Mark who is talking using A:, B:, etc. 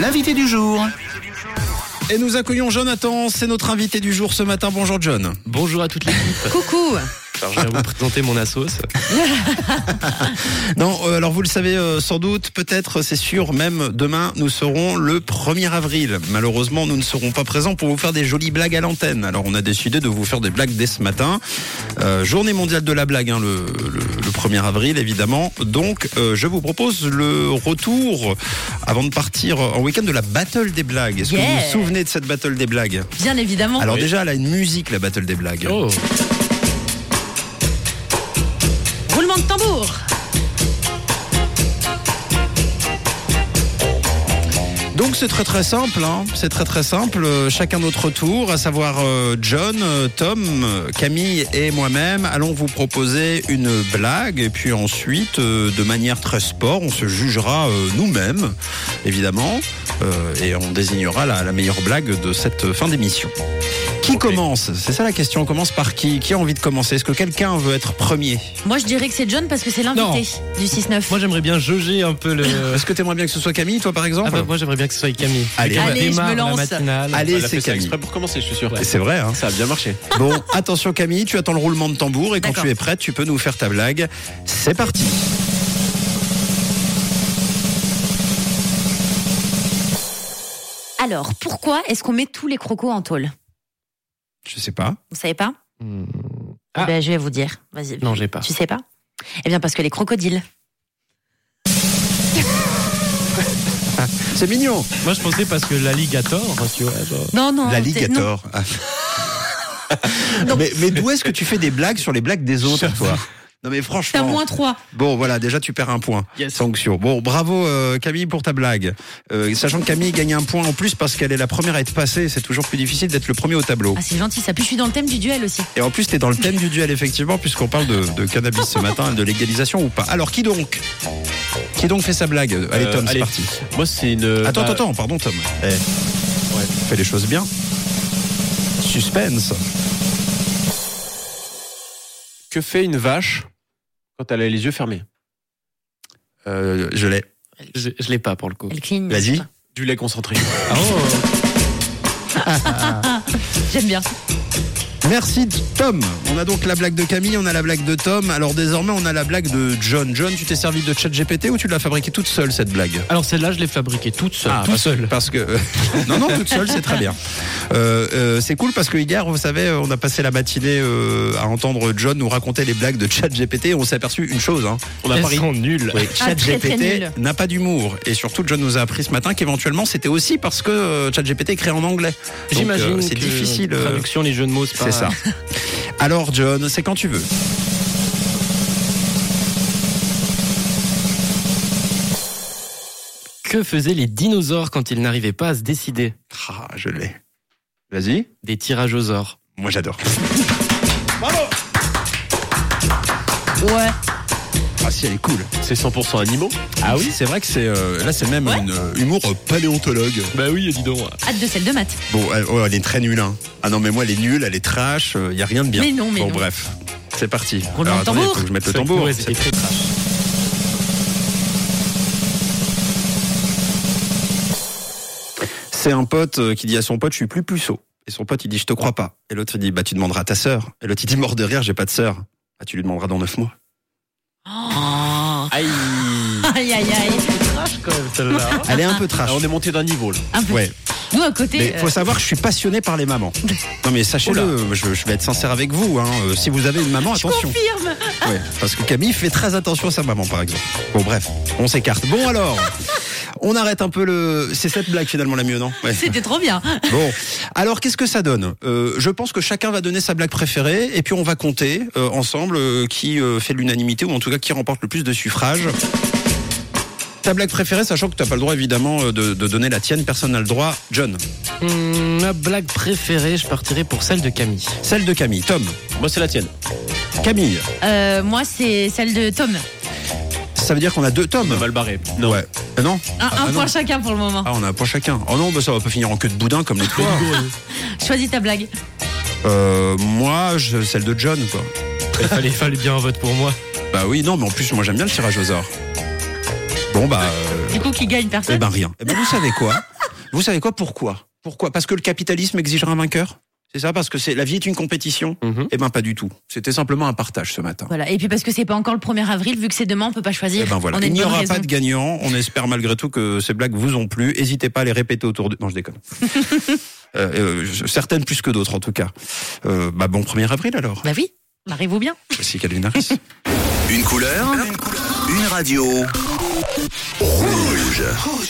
A: l'invité du jour.
B: Et nous accueillons Jonathan, c'est notre invité du jour ce matin. Bonjour John.
C: Bonjour à toute l'équipe.
D: Coucou
C: Alors, je vais vous présenter mon assos.
B: Non, euh, alors vous le savez euh, sans doute, peut-être, c'est sûr, même demain, nous serons le 1er avril. Malheureusement, nous ne serons pas présents pour vous faire des jolies blagues à l'antenne. Alors on a décidé de vous faire des blagues dès ce matin. Euh, journée mondiale de la blague, hein, le, le- le 1er avril évidemment. Donc euh, je vous propose le retour, avant de partir en week-end, de la battle des blagues. Est-ce que vous vous
D: Yeah.
B: souvenez de cette battle des blagues
D: Bien évidemment.
B: Alors
C: Oui.
B: déjà, elle a une musique, la battle des blagues.
C: Oh,
D: Roulement de tambour
B: Donc c'est très très simple, hein. c'est très très simple. Euh, Chacun notre tour, à savoir euh, John, euh, Tom, euh, Camille et moi-même, allons vous proposer une blague et puis ensuite, euh, de manière très sport, on se jugera euh, nous-mêmes, évidemment, euh, et on désignera la, la meilleure blague de cette euh, fin d'émission. Qui commence C'est ça la question. On commence par qui Qui a envie de commencer Est-ce que quelqu'un veut être premier
D: Moi je dirais que c'est John parce que c'est l'invité du 6-9.
C: moi j'aimerais bien jauger un peu le.
B: Est-ce que t'aimerais bien que ce soit Camille, toi par exemple
C: Ah bah, moi j'aimerais bien que ce soit avec Camille.
B: Allez,
C: on
D: Allez, je
C: démarre
D: me lance.
C: la matinale.
B: Allez,
E: Elle a
B: c'est
E: fait ça
B: Camille.
E: exprès pour commencer, je suis sûr.
B: Et C'est vrai, hein
E: Ça a bien marché.
B: Bon, attention Camille, tu attends le roulement de tambour et quand
D: D'accord.
B: tu es prête, tu peux nous faire ta blague. C'est parti.
D: Alors pourquoi est-ce qu'on met tous les crocos en tôle
B: Je sais pas.
D: Vous savez pas
C: Hmm,
D: Eh
C: Ah.
D: ben, Je vais vous dire. Vas-y.
C: Non, j'ai pas.
D: Tu sais pas Eh bien parce que les crocodiles.
B: C'est mignon.
C: Moi je pensais parce que l'alligator, tu vois. genre-
D: Non, non. Ah, non.
B: L'alligator. mais mais d'où est-ce que tu fais des blagues sur les blagues des autres, toi Non mais
D: T'as
B: franchement.
D: moins 3.
B: Bon voilà, déjà tu perds un point.
C: Yes.
B: Sanction. Bon, bravo euh, Camille pour ta blague. Euh, sachant que Camille gagne un point en plus parce qu'elle est la première à être passée, c'est toujours plus difficile d'être le premier au tableau.
D: Ah, c'est gentil ça. Puis je suis dans le thème du duel aussi.
B: Et en plus, t'es dans le thème du duel, effectivement, puisqu'on parle de, de cannabis ce matin, de légalisation ou pas. Alors, qui donc Qui donc fait sa blague Allez,
E: Euh,
B: Tom, c'est
E: allez.
B: parti.
E: Moi, c'est une.
B: Attends,
E: bah,
B: attends, attends, pardon, Tom. Eh, Fais les choses bien. Suspense.
E: Que fait une vache quand elle a les yeux fermés
B: Euh, je l'ai.
C: Je, je l'ai pas pour le coup.
D: Elle cligne.
B: Vas-y.
E: Du lait concentré.
D: J'aime bien.
B: Merci, Tom. On a donc la blague de Camille, on a la blague de Tom. Alors, désormais, on a la blague de John. John, tu t'es servi de chat GPT ou tu l'as fabriquée toute seule, cette blague
C: Alors celle-là je l'ai fabriquée toute seule.
B: Ah,
E: bah,
C: tout
B: parce,
C: seul.
B: parce que euh, non non toute seule c'est très bien. Euh, euh, c'est cool parce que hier vous savez euh, on a passé la matinée euh, à entendre John nous raconter les blagues de ChatGPT et on s'est aperçu une chose hein.
E: On a
C: Elles
E: pari.
C: sont nulles.
D: Ah, très, très nul.
B: ChatGPT n'a pas d'humour et surtout John nous a appris ce matin qu'éventuellement c'était aussi parce que euh, ChatGPT est créé en anglais. Donc,
C: J'imagine.
B: euh, c'est
C: que
B: difficile. euh,
C: Traduction, les jeux de mots, c'est pas-
B: c'est ça. Alors John c'est quand tu veux.
C: Que faisaient les dinosaures quand ils n'arrivaient pas à se décider
B: Ah, je l'ai. Vas-y.
C: Des tirages aux ors.
B: Moi j'adore.
D: Ouais.
B: Ah si elle est cool.
E: C'est 100% animaux.
B: Ah oui c'est vrai que c'est euh, là c'est même
D: Ouais.
B: une euh, humour paléontologue.
C: Bah oui, dis donc.
D: Hâte de celle de maths.
B: Bon, elle, ouais, elle est très nulle. Hein. Ah non, mais moi, elle est nulle, elle est trash, il n'y a rien de bien.
D: Mais non, mais
B: bon,
D: non.
B: bref, c'est parti.
D: Roulement de
B: attendez,
D: tambour.
B: faut que je mette le tambour.
C: Ouais,
B: C'est-
C: c'était très trash.
B: c'est un pote euh, qui dit à son pote, je suis plus puceau. Et son pote, il dit, je te crois pas. Et l'autre, il dit, bah, tu demanderas à ta sœur. Et l'autre, il dit, mort de rire, j'ai pas de sœur. Bah, tu lui demanderas dans neuf mois.
D: Oh.
E: Aïe.
D: Aïe aïe aïe.
C: Trash quand même
D: Ah,
C: celle-là.
B: Elle est un peu trash.
E: Ah, on est monté d'un niveau là.
D: Un peu.
B: Ouais.
D: Nous à côté.
B: Mais
D: euh,
B: faut savoir que je suis passionné par les mamans. Non mais sachez-le, je, je vais être sincère avec vous. Hein. Euh, Si vous avez une maman, attention.
D: Confirme.
B: Ouais, parce que Camille fait très attention à sa maman, par exemple. Bon, bref, on s'écarte. Bon, alors, on arrête un peu le. C'est cette blague finalement la mieux, non Ouais.
D: C'était trop bien.
B: Bon, alors qu'est-ce que ça donne Euh, Je pense que chacun va donner sa blague préférée et puis on va compter euh, ensemble euh, qui euh, fait l'unanimité ou en tout cas qui remporte le plus de suffrages. Ta blague préférée, sachant que t'as pas le droit évidemment euh, de, de donner la tienne, personne n'a le droit. John,
C: Hmm, ma blague préférée, je partirais pour celle de Camille.
B: celle de Camille, Tom,
E: Moi, c'est la tienne.
B: Camille.
D: Euh, moi c'est celle de Tom.
B: Ça veut dire qu'on a deux Tom.
E: Mal barré. Non.
B: Ouais. Euh, non
D: Un, un
B: ah non.
D: point chacun pour le moment.
B: Ah, on a un point chacun. Oh non, bah, ça va pas finir en queue de boudin comme les trois. Ah.
D: Choisis ta blague.
B: Euh, moi, je- celle de John, quoi.
C: Il fallait, fallait bien un vote pour moi.
B: Bah oui, non, mais en plus, moi, j'aime bien le tirage aux arts. Bon, bah. euh,
D: Du coup, qui gagne
B: eh
D: personne
B: ben rien. Eh ben, vous savez quoi Vous savez quoi Pourquoi Pourquoi Parce que le capitalisme exigera un vainqueur C'est ça Parce que c'est la vie est une compétition
C: Mm-hmm.
E: Mhm.
B: Eh ben pas du tout. C'était simplement un partage ce matin.
D: Voilà. Et puis parce que c'est pas encore le 1er avril, vu que c'est demain, on peut pas choisir.
B: Eh ben voilà.
D: On a
B: Il
D: une
B: n'y
D: bonne
B: aura
D: raison.
B: pas de gagnant. On espère malgré tout que ces blagues vous ont plu. N'hésitez pas à les répéter autour de. Non, je déconne. Euh, euh, je- certaines plus que d'autres en tout cas. Euh, bah bon 1er avril alors.
D: Bah oui, marrez-vous bien.
B: Merci Calvin Harris.
A: Une couleur, une radio. Rouge.